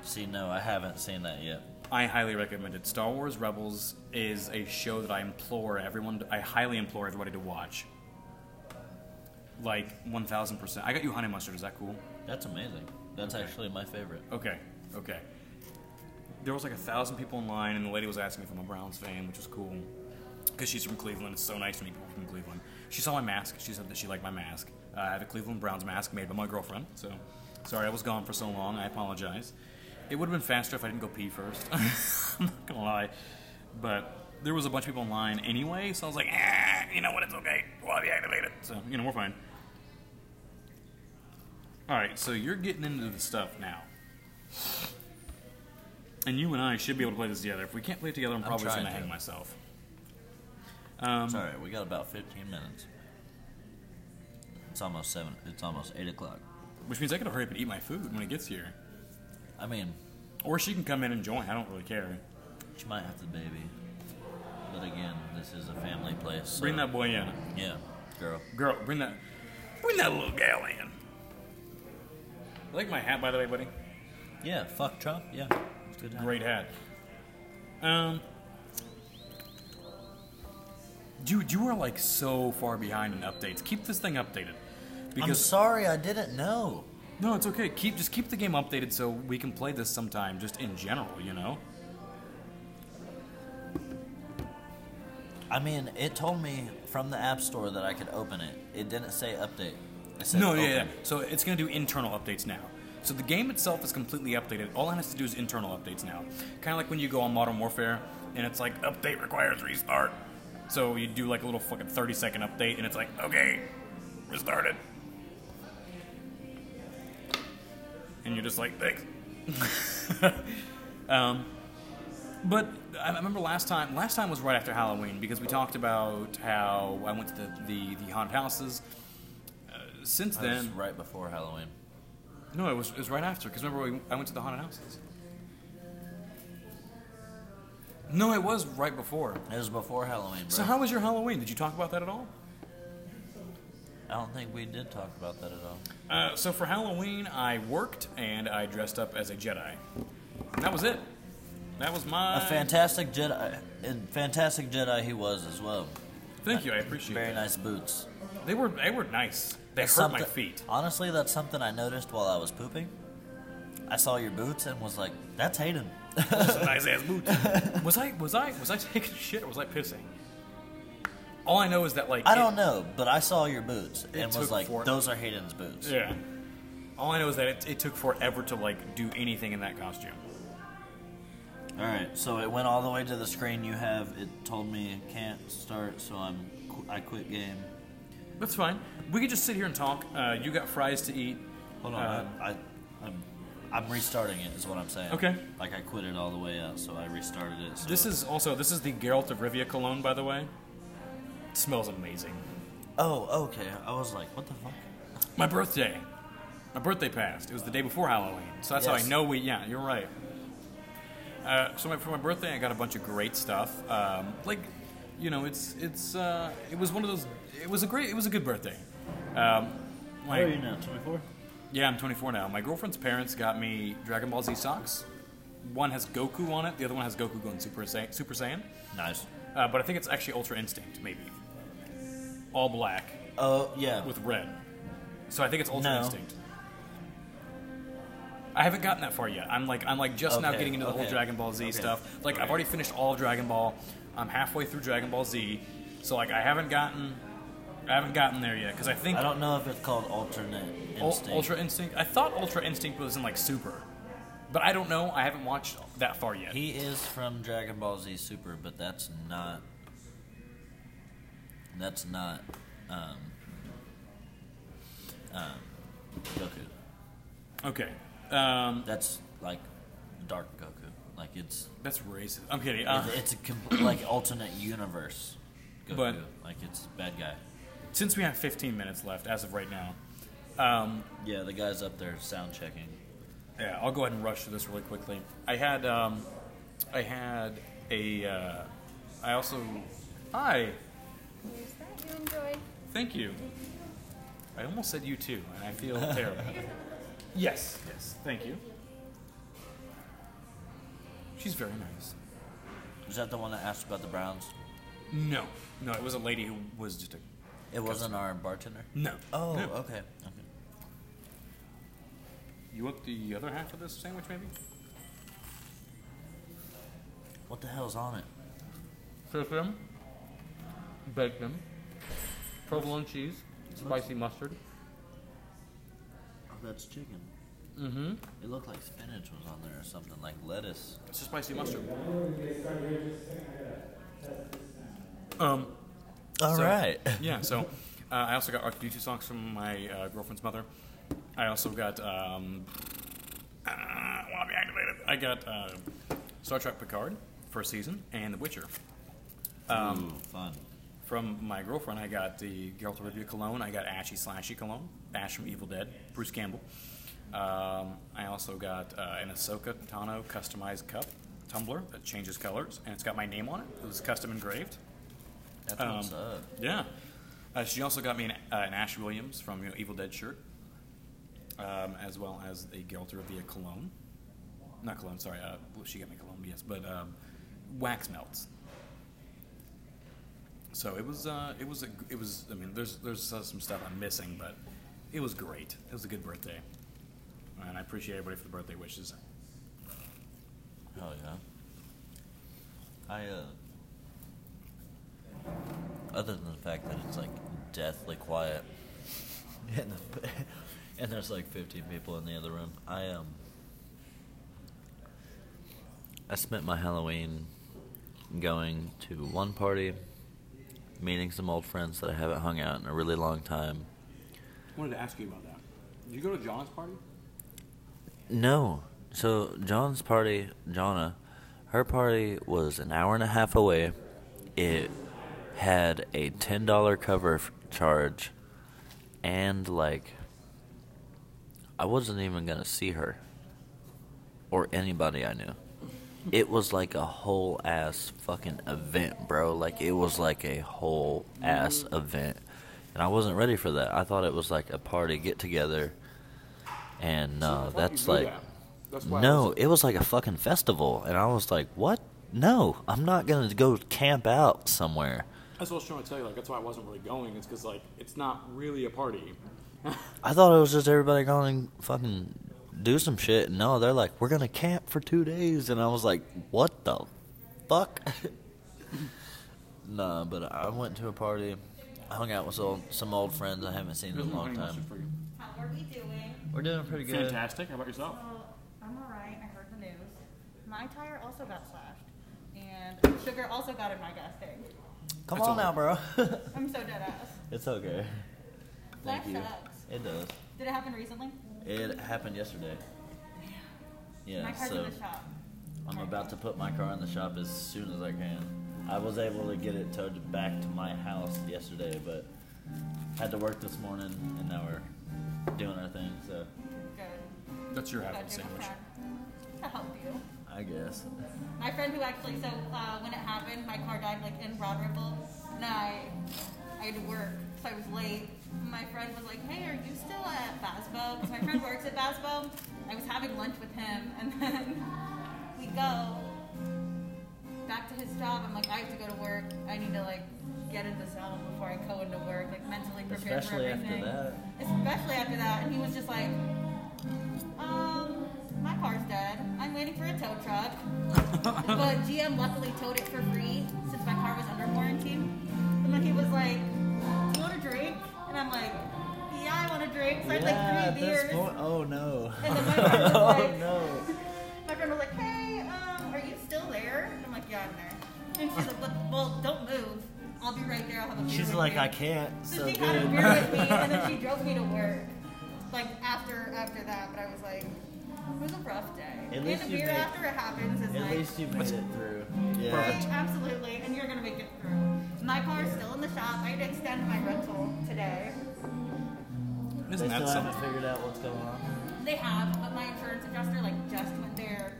See, no, I haven't seen that yet. I highly recommend it. Star Wars Rebels is a show that I implore everyone. I highly implore everybody to watch. Like one thousand percent. I got you honey mustard. Is that cool? That's amazing. That's actually my favorite. Okay, okay. There was like a thousand people in line, and the lady was asking me if I'm a Browns fan, which was cool, because she's from Cleveland. It's so nice to meet people from Cleveland. She saw my mask. She said that she liked my mask. Uh, I have a Cleveland Browns mask made by my girlfriend. So, sorry I was gone for so long. I apologize. It would have been faster if I didn't go pee first. I'm not gonna lie, but there was a bunch of people in line anyway, so I was like, ah, you know what? It's okay. We'll be activated. So you know we're fine. All right, so you're getting into the stuff now. And you and I should be able to play this together. If we can't play it together, I'm probably just trying going to hang to. myself. Sorry, we got about 15 minutes. It's almost seven. It's almost eight o'clock. Which means I gotta hurry up and eat my food when it gets here. I mean, Or she can come in and join. I don't really care. she might have the baby, but again, this is a family place. So Bring that boy in. Yeah, girl. Girl, bring that bring that little gal in. You like my hat by the way, buddy? Yeah, fuck Trump. Yeah, it's good. Great hat. Um Dude, you are like so far behind in updates. Keep this thing updated. I'm sorry, I didn't know. No, it's okay. Keep just keep the game updated so we can play this sometime. Just in general, you know. I mean, it told me from the app store that I could open it. It didn't say update. It said No, open. yeah, yeah. So it's going to do internal updates now. So the game itself is completely updated. All it has to do is internal updates now. Kind of like when you go on Modern Warfare and it's like update requires restart. So you do like a little fucking 30 second update and it's like, okay, restart it. And you're just like, thanks. Um, But I I remember last time. Last time was right after Halloween because we talked about how I went to the the, the haunted houses. Uh, since It was then, right before Halloween. no, it was it was right after because remember we, I went to the haunted houses. No, it was right before. It was before Halloween, bro. So how was your Halloween? Did you talk about that at all? I don't think we did talk about that at all. Uh, so for Halloween, I worked and I dressed up as a Jedi. That was it. That was my A fantastic Jedi, and fantastic Jedi he was as well. Thank you, I appreciate Very it. nice boots. They were they were nice. They That's hurt my something- feet. Honestly, that's something I noticed while I was pooping. I saw your boots and was like, "That's Hayden." nice ass boots. was I was I was I taking a shit or was I pissing? All I know is that like I it- don't know, but I saw your boots It and took was like, for- "Those are Hayden's boots." Yeah. All I know is that it, it took forever to like do anything in that costume. All right. So it went all the way to the screen you have. It told me it can't start, so I'm qu- I quit game. That's fine. We could just sit here and talk. Uh, you got fries to eat. Hold on, Uh, I, I I'm, I'm restarting it. Is what I'm saying. Okay. Like I quit it all the way out, so I restarted it. So This is also this is the Geralt of Rivia cologne, by the way. It smells amazing. Oh, okay. I was like, "What the fuck?" My birthday. My birthday passed. It was the day before Halloween. So that's how Yes. I know we, yeah, you're right. Uh, so my, for my birthday, I got a bunch of great stuff. Um, like, you know, it's, it's, uh, it was one of those, it was a great, it was a good birthday. Um, Where are my, you now? 24. yeah, I'm 24 now. My girlfriend's parents got me Dragon Ball Z socks. One has Goku on it, the other one has Goku going Super Saiyan. Super Saiyan. Nice. Uh, but I think it's actually Ultra Instinct, maybe. All black Oh yeah. with red. So I think it's Ultra No. Instinct. I haven't gotten that far yet. I'm like I'm like just now Okay, getting into the whole okay, Dragon Ball Z okay. stuff. Like I've Alright. already finished all of Dragon Ball. I'm halfway through Dragon Ball Z. So like I haven't gotten I haven't gotten there yet cuz I think I don't know if it's called alternate Ul- instinct. Ultra Instinct I thought Ultra Instinct was in like Super. But I don't know. I haven't watched that far yet. He is from Dragon Ball Z Super, but that's not. That's not. Um, um, Goku. okay. Um, That's like Dark Goku. Like it's that's racist. I'm kidding. Uh, it's a compl- like alternate universe. Goku. But- like it's bad guy. since we have 15 minutes left as of right now, Yeah, the guy's up there sound checking. Yeah, I'll go ahead and rush through this really quickly. I had, um, I had a, uh, I also, hi, Here's that you enjoy. thank you. I almost said you too, and I feel terrible. Yes, yes, thank you. She's very nice. Is that the one that asked about the Browns? No, no, it was a lady who was just a It wasn't our bartender. no. Oh, no. okay. Okay. You want the other half of this sandwich, maybe? What the hell's on it? Serve them, bake them, provolone cheese, spicy mustard. Oh, that's chicken. Mm-hmm. It looked like spinach was on there or something, like lettuce. It's a spicy mustard. Um, All So- right. yeah, so uh, I also got R2D2 songs from my uh, girlfriend's mother. I also got. Um, uh, I want to be activated. I got uh, Star Trek Picard, first season, and The Witcher. Ooh, fun. From my girlfriend, I got the Geralt of Rivia cologne. I got Ashy Slashy cologne, Ash from Evil Dead, Bruce Campbell. Um, I also got uh, an Ahsoka Tano customized cup tumbler that changes colors, and it's got my name on it. It was custom engraved. That's what's up. Yeah. Uh, she also got me an, uh, an Ash Williams from you know, Evil Dead shirt, um, as well as a Gelter via cologne. Not cologne, sorry. Uh, well, she got me cologne, yes, but um, wax melts. So it was. Uh, it was. A, it was. I mean, there's there's uh, some stuff I'm missing, but it was great. It was a good birthday, and I appreciate everybody for the birthday wishes. Hell yeah. I uh. Other than the fact that it's like deathly quiet, and, the, and there's like 15 people in the other room, I um. I spent my Halloween going to one party, meeting some old friends that I haven't hung out in a really long time. wanted to ask you about that. Did you go to John's party? No. So John's party, Jonna, her party was an hour and a half away. It had a ten dollar cover f- charge, and like, I wasn't even gonna see her or anybody I knew. It was like a whole ass fucking event, bro. Like it was like a whole ass event, and I wasn't ready for that. I thought it was like a party get together, and no, that's like. No, it was like a fucking festival, and I was like, "What? No, I'm not gonna go camp out somewhere." That's what I was trying to tell you. Like, that's why I wasn't really going. It's because like it's not really a party. I thought it was just everybody going to fucking do some shit. No, they're like, we're gonna camp for two days, and I was like, what the fuck? nah, but I went to a party, I hung out with some some old friends I haven't seen in a long time. for you. How are we doing? We're doing pretty good. Fantastic. How about yourself? Well, I'm alright. I heard the news. My tire also got slashed. And sugar also got in my gas tank. Come on now, bro. I'm so dead ass. it's okay. Thank that you. sucks. It does. Did it happen recently? It happened yesterday. my Yeah, car's so in the shop. I'm about to put my car in the shop as soon as I can. I was able to get it towed back to my house yesterday, but had to work this morning, and now we're doing our thing. So Good. That's your Got apple you sandwich. friend to help you. I guess My friend who actually, so uh, when it happened, my car died like in Broad Ripple, and I, I had to work, so I was late. My friend was like, "Hey, are you still at Basbo?" Because my friend works at Basbo. I was having lunch with him, and then we go back to his job. I'm like, "I have to go to work. I need to like get in this album before I go into work, like mentally prepared Especially for after everything." that. Especially after that, and he was just like, "Um, my car's dead. I'm waiting for a tow truck." but GM luckily towed it for free since my car was under quarantine. And then he was like, Do you want a drink? And I'm like, Yeah, I want a drink. So I had like three beers. oh no, And then my friend was like, Oh, no. my friend was like, Hey, um, are you still there? I'm like, Yeah, I'm there. And she's like, "Well- Well, don't move. I'll be right there. I'll have a beer. She's with like, you." I can't. So, So she had a good. beer with me, and then she drove me to work. Like after after that, but I was like, it was a rough day. and least a you beer made- after it happens is At like least you made it through. Yeah. Right, absolutely, and you're gonna make it through. My car's still in the shop. I had to extend my rental today. They Isn't still that something? haven't figured out what's going on. They have, but my insurance adjuster like just went there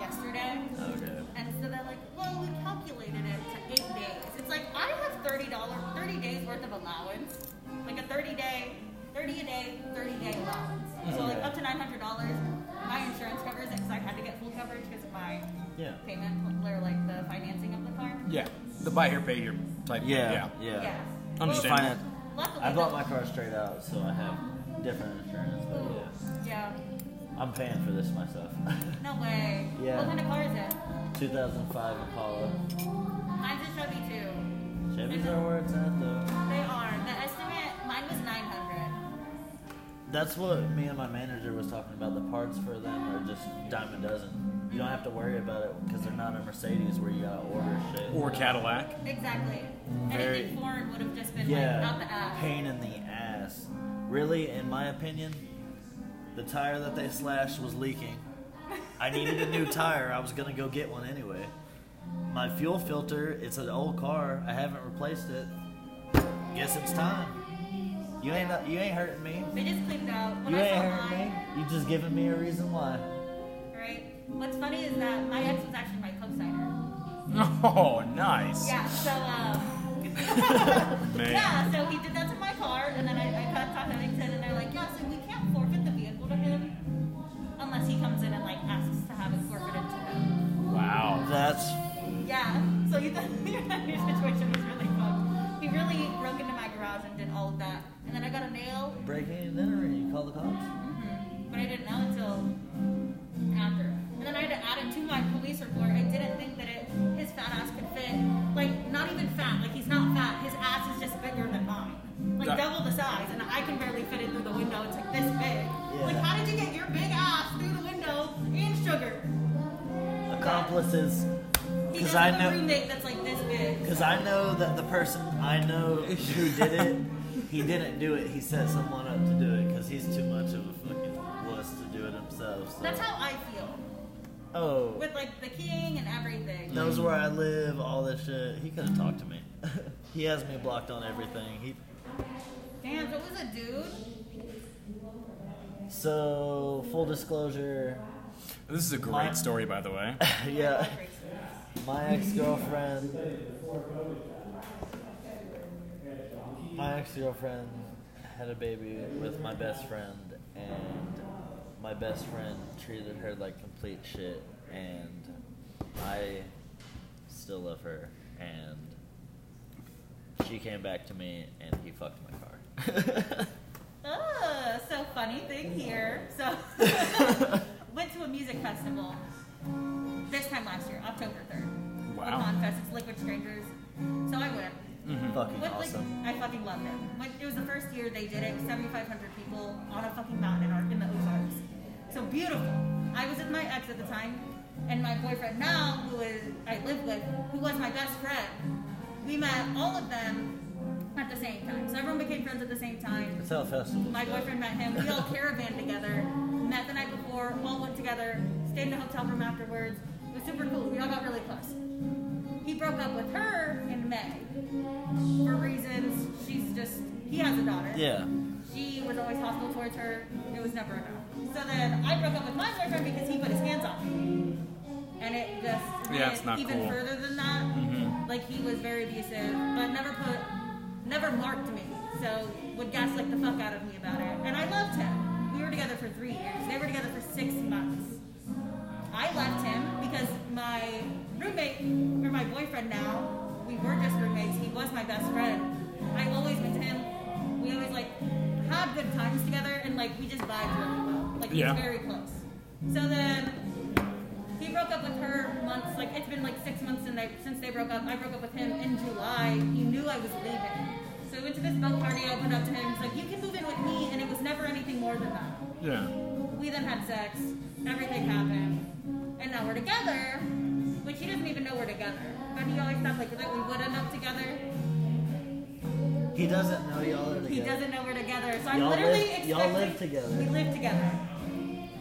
yesterday, Okay. and so they're like, "Well, we calculated it to eight days." It's like I have thirty dollars, thirty days worth of allowance, like a thirty day, thirty a day, thirty day allowance. So like up to nine hundred dollars. My insurance covers it because I had to get full coverage because of my Yeah. payment or like the financing of the car. Yeah, the buy here, pay here type. Yeah. Yeah. Yeah. Understand. Finance. Luckily, I bought the- my car straight out, so I have different insurance, but yeah. Yeah. I'm paying for this myself. No way. Yeah. What kind of car is it? 2005 Impala. Mine's a Chevy too. Chevys are where it's at, though. They are. The estimate, mine was 900. That's what me and my manager was talking about. The parts for them are just dime a dozen. You don't have to worry about it because they're not a Mercedes where you gotta order shit. Or Cadillac. Exactly. Very- Anything foreign would have just been like out the yeah, ass. pain in the ass. Really, in my opinion, the tire that they slashed was leaking. I needed a new tire. I was gonna go get one anyway. My fuel filter, it's an old car. I haven't replaced it. Guess it's time. You ain't you ain't hurting me. They just cleaned out. When You I ain't saw hurting me. mine, You just giving me a reason why. right? What's funny is that my ex was actually my co-signer. Oh, nice. Yeah, so, um... yeah, so he did that to my car, and then I, I got to Huntington, and they're like, yeah, so we can't forfeit the vehicle to him unless he comes in and, like, asks to have it forfeited to him. Wow. That's Yeah, so you thought your situation was really fun. He really broke into my garage and did all of that. And then I got a nail, breaking and entering. You call the cops. but I didn't know until after. And then I had to add it to my police report. I didn't think that it his fat ass could fit. Like, not even fat. Like, he's not fat. His ass is just bigger than mine. Like, That- double the size. And I can barely fit it through the window. It's like this big. Like, Yeah. how did you get your big ass through the window and sugar? Accomplices. He 'Cause does I have know- a roommate that's like this big. Because I know that the person I know who did it, he didn't do it. He set someone up to do it because he's too much of a fucking wuss to do it himself. So. That's how I feel. Oh, With like the king and everything. knows where I live, all this shit. He could have talked to me. he has me blocked on everything. He Damn, if it was a dude, so full disclosure. This is a great story, by the way. yeah, crazy. my ex girlfriend. My ex girlfriend had a baby with my best friend, and my best friend treated her like complete shit, and I still love her, and She came back to me and he fucked my car. Ugh, so funny thing here. So went to a music festival this time last year, October third. Wow. Fest. It's Liquid Strangers. So I went. Fucking Went, like, awesome. I fucking loved it. Went, it was the first year they did it. Seventy five hundred people on a fucking mountain in, our, in the Ozarks. So beautiful. I was with my ex at the time, and my boyfriend now, who is I live with, who was my best friend. We met all of them at the same time. So everyone became friends at the same time. That's how a festival. My boyfriend met him. We all caravan together. Met the night before. All went together. Stayed in a hotel room afterwards. It was super cool. We all got really close. He broke up with her in May for reasons. She's just. He has a daughter. Yeah. She was always hostile towards her. It was never enough. So then I broke up with my boyfriend because he put his hands on me. And it just Yeah, went it's not even cool. Mm-hmm. further than that. Like he was very abusive, but never put, never marked me. So would gaslight the fuck out of me about it. And I loved him. We were together for three years. They were together for six months. I left him because my roommate, or my boyfriend now, we were just roommates. He was my best friend. I always went to him. We always like had good times together, and like we just vibed really well. Like it Yeah. was very close. So then he broke up with her months. Like it's been like six months since they since they broke up. I broke up with him in July. He knew I was leaving. So we went to this boat party. I opened up to him. He's like, "You can move in with me," and it was never anything more than that. Yeah. We then had sex. Everything happened. And now we're together, which he doesn't even know we're together. But he always thought like that we would end up together. He doesn't know y'all are together. He doesn't know we're together. So I'm Y'all literally live- expecting. y'all live together. We live together.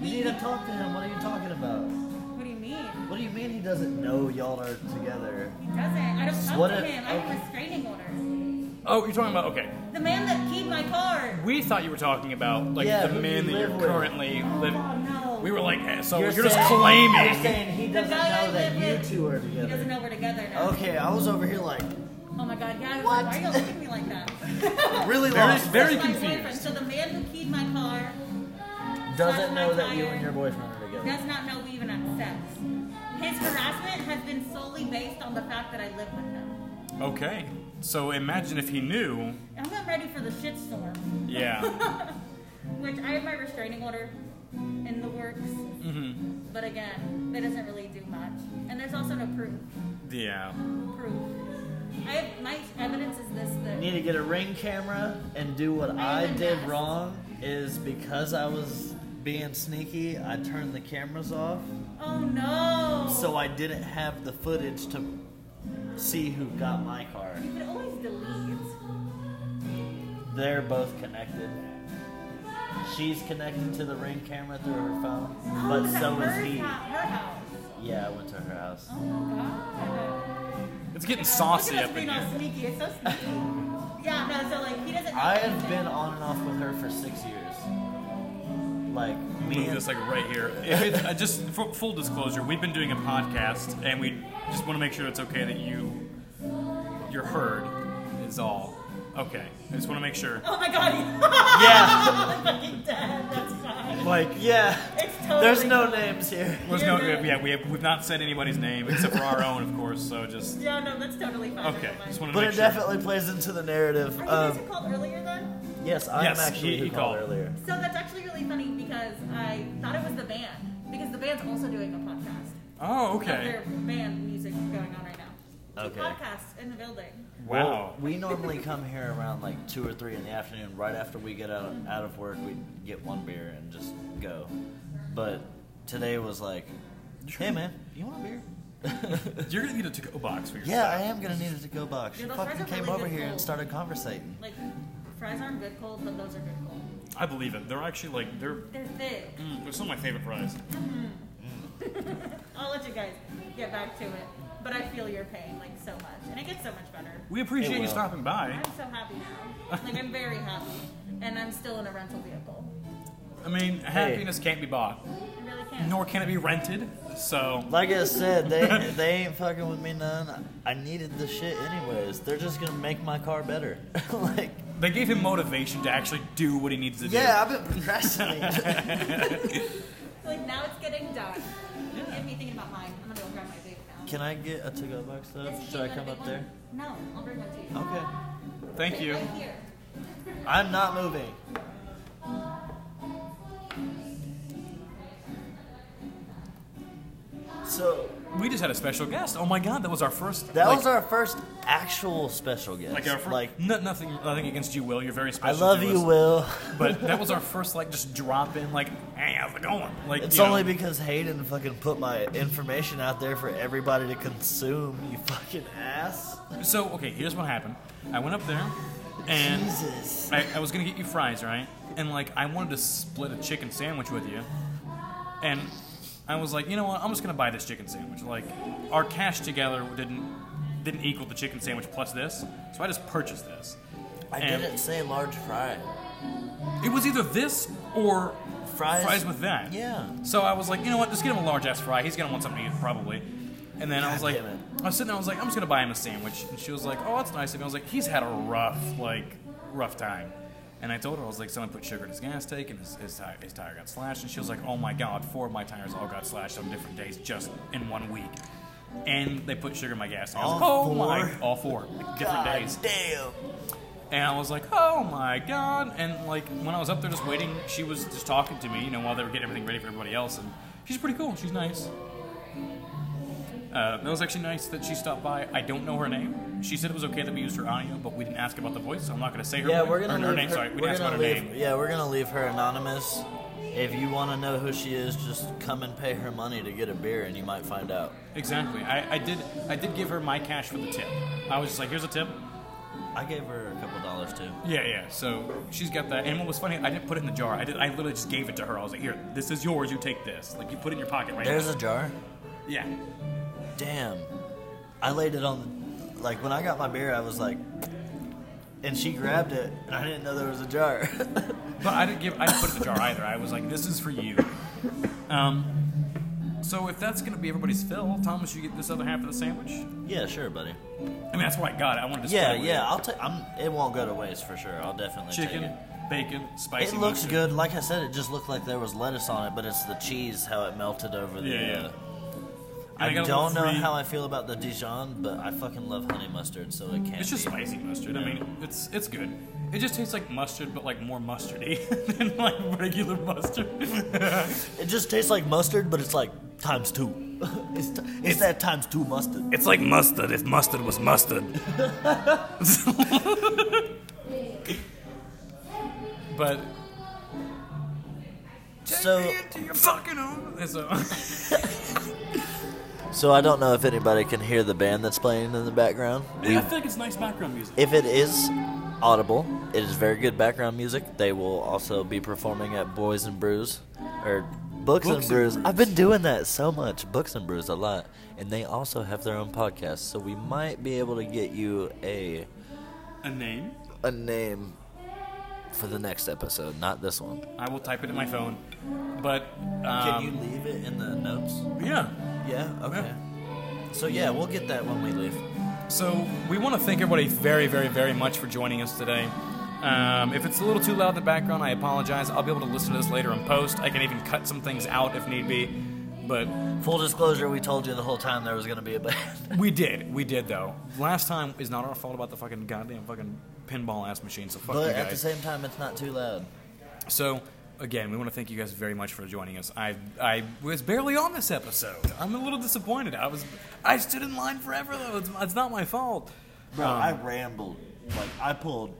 You need to talk to him. What are you talking about? What do you mean? What do you mean he doesn't know y'all are together? He doesn't. I don't talk What to if- him. I have restraining orders. Oh, you're talking about okay. The man that keyed my car. We thought you were talking about like Yeah, the who man you that you're live with. currently Oh living. no. We were like, eh, so You're you're, just saying- claiming. You're saying he the doesn't guy I know that live you with, two are He doesn't together. know we're together now. Okay, I was over here like Oh my god, yeah. I was Oh. What? Like, Why are you looking at me like that? really Very, lost. very That's my boyfriend. confused. So the man who keyed my car Doesn't know that you and your boyfriend are together. does not know we even have sex. His harassment has been solely based on the fact that I live with him. Okay. So imagine if he knew. I'm not ready for the shitstorm, Yeah. which I have my restraining order in the works. Mm-hmm. But again, that doesn't really do much. And there's also no proof. yeah. Proof. I have, my evidence is this You that need to get a ring camera and do what I am did impressed. wrong is because I was being sneaky, I turned the cameras off, oh no. so I didn't have the footage to see who got my car. you could always delete. They're both connected. She's connected to the ring camera through her phone, Oh, but it's at so her is he. ho- Her house. Yeah, I went to her house. Oh my god. It's getting saucy Look at up in us being here. all sneaky. It's so sneaky. yeah, no, so like he doesn't. know I have anything. been on and off with her for six years. Like me Move and this like right here. If it's, uh, just for full disclosure, we've been doing a podcast, and we just want to make sure it's okay that you you're heard is all. Okay, I just want to make sure. Oh my god. yeah, I'm fucking dead. That's fine. Like, yeah. It's totally. There's no names here. there's no, yeah, we have we've not said anybody's name except for our own, of course. So just Yeah, no, that's totally fine. okay. Never Just mind. want to But make it sure. definitely plays into the narrative. Are you Of, guys who called earlier then? yes, I Yes, am actually he- who he called called. earlier. So that's actually really funny because I thought it was the band because the band's also doing a podcast. Oh, They have okay. Their band music going on right now. Two Okay. podcasts in the building. Wow. Well, we normally come here around like two or three in the afternoon, right after we get out out of work. We get one beer and just go. But today was like, hey man, you want a beer? You're gonna need a to-go box for yourself. Yeah, I am gonna need a to go box. She Dude, those fries fucking are came really over good here and cold. started conversating. Like fries aren't good cold, but those are good cold. I believe it. They're actually like they're They're thick. mm, they're some of my favorite fries. I'll let you guys get back to it, but I feel your pain like so much, and it gets so much better. We appreciate you will. stopping by. I'm so happy now. Like I'm very happy, and I'm still in a rental vehicle. I mean, happiness can't be bought, I really can't. nor can it be rented. So Like I said, they they ain't fucking with me none. I needed the shit anyways. They're just gonna make my car better. like, they gave him motivation to actually do what he needs to do. yeah, I've been procrastinating. Like now it's getting dark. You Get me thinking about mine. I'm gonna go grab my vape now. Can I get a to-go box though? Yes, you Should I can. come Big up one. there? No, I'll bring one to you. Okay. Thank you. Right here. I'm not moving. So We just had a special guest. Oh my god, that was our first. that like, was our first actual special guest. Like our first. Like, no, nothing, nothing against you, Will. You're very I special. love to you, us. Will. But that was our first like just drop in. Like, hey, how's it going? Like, It's you know, only because Hayden fucking put my information out there for everybody to consume. You fucking ass. So okay, here's what happened. I went up there, and Jesus. I, I was gonna get you fries, right? And like I wanted to split a chicken sandwich with you, and I was like, you know what? I'm just gonna buy this chicken sandwich. Like our cash together didn't didn't equal the chicken sandwich plus this, so I just purchased this. I And- didn't say large fry. It was either this or Fries. fries with that. Yeah. So I was like, you know what? Just get him a large ass fry. He's gonna want something to eat probably. And then I was God like, damn it. I was sitting there. I was like, I'm just gonna buy him a sandwich. And she was like, Oh, that's nice of you. I was like, He's had a rough, like, rough time. And I told her I was like, someone put sugar in his gas tank, and his, his, tire, his tire got slashed. And she was like, Oh my god, four of my tires all got slashed on different days just in one week. And they put sugar in my gas tank. I was All like, oh four? my, all four different God days. damn. And I was like, oh my god. And like when I was up there just waiting, she was just talking to me, you know, while they were getting everything ready for everybody else. And she's pretty cool. She's nice. Uh, that was actually nice that she stopped by. I don't know her name. She said it was okay that we used her audio, but we didn't ask about the voice, so I'm not going to say her, Yeah, voice- we're gonna or leave her name. her- Sorry, we we're didn't ask about gonna her leave, name. Yeah, we're gonna leave her anonymous. If you want to know who she is, just come and pay her money to get a beer, and you might find out. Exactly. I, I did. I did give her my cash for the tip. I was just like, here's a tip. I gave her a couple dollars too. Yeah, yeah. So she's got that. And what was funny, I didn't put it in the jar. I did. I literally just gave it to her. I was like, here, this is yours. You take this. Like you put it in your pocket right There's now. a jar. yeah. Damn. I laid it on the. Like when I got my beer, I was like, and she grabbed it, and I didn't know there was a jar. But I didn't give. I didn't put it in the jar either. I was like, "This is for you." Um, so if that's gonna be everybody's fill, Thomas, you get this other half of the sandwich. I yeah, sure, buddy. mean, that's why I got it. I wanted to. Yeah, split it with yeah. you. I'll take. I'm. It won't go to waste for sure. I'll definitely Take Chicken, it. bacon, spicy. It looks mustard. good. Like I said, it just looked like there was lettuce on it, but it's the cheese how it melted over the. Yeah, yeah. Uh, And I, got a don't know little free- how I feel about the Dijon, but I fucking love honey mustard, so it can't. It's just be. spicy mustard. I mean, it's it's good. It just tastes like mustard, but like more mustardy than like regular mustard. It just tastes like mustard, but it's like times two. it's, t- it's that times two mustard. It's like mustard if mustard was mustard. but So, into your fucking own. And so- so I don't know if anybody can hear the band that's playing in the background. I feel like it's nice background music. If it is audible, it is very good background music. They will also be performing at Boys and Brews or Books, and, Books and Brews. Brews. I've been doing that so much, Books and Brews a lot, and they also have their own podcast, so we might be able to get you a A name. a name for the next episode, not this one. I will type it in my phone. But um, Can you leave it in the notes? yeah. Yeah, okay. So yeah, we'll get that when we leave. So we want to thank everybody very, very, very much for joining us today. Um, if it's a little too loud in the background, I apologize. I'll be able to listen to this later in post. I can even cut some things out if need be. But Full disclosure, we told you the whole time there was going to be a band. we did, we did though. Last time is not our fault about the fucking goddamn fucking pinball ass machine. So fuck you But at the guys. same time, it's not too loud. so again, we want to thank you guys very much for joining us. I I was barely on this episode. I'm a little disappointed. I was I stood in line forever though. It's, it's not my fault. Bro, I rambled. Like, I pulled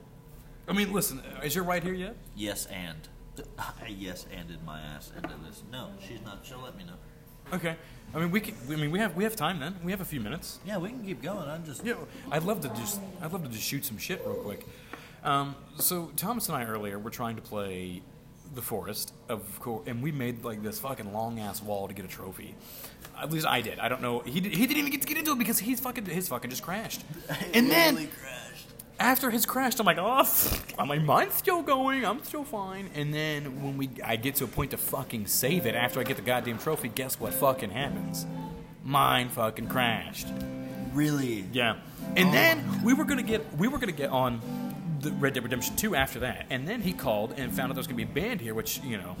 I mean, listen, is your right here yet? yes and. I yes anded my ass into this. No, she's not. She'll let me know. Okay. I mean, we can, I mean, we have we have time then. We have a few minutes. Yeah, we can keep going. I'm just. Yeah, I'd love to just I'd love to just shoot some shit real quick. Um, so Thomas and I earlier were trying to play the forest of course, and we made like this fucking long ass wall to get a trophy. At least I did. I don't know. He, did, he didn't even get to get into it because he's fucking his fucking just crashed. And then crashed. after his crash, I'm like, oh, pfft." I'm like, mine's still going. I'm still fine. And then when we I get to a point to fucking save it after I get the goddamn trophy, guess what fucking happens? Mine fucking crashed. Really? Yeah. And then we were gonna get we were gonna get on the Red Dead Redemption 2 after that. And then he called and found out there was gonna be a band here, which, you know,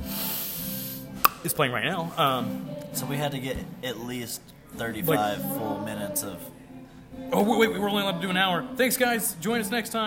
is playing right now. Um, So we had to get at least 35 full minutes of oh wait, wait, we were only allowed to do an hour. Thanks guys, join us next time.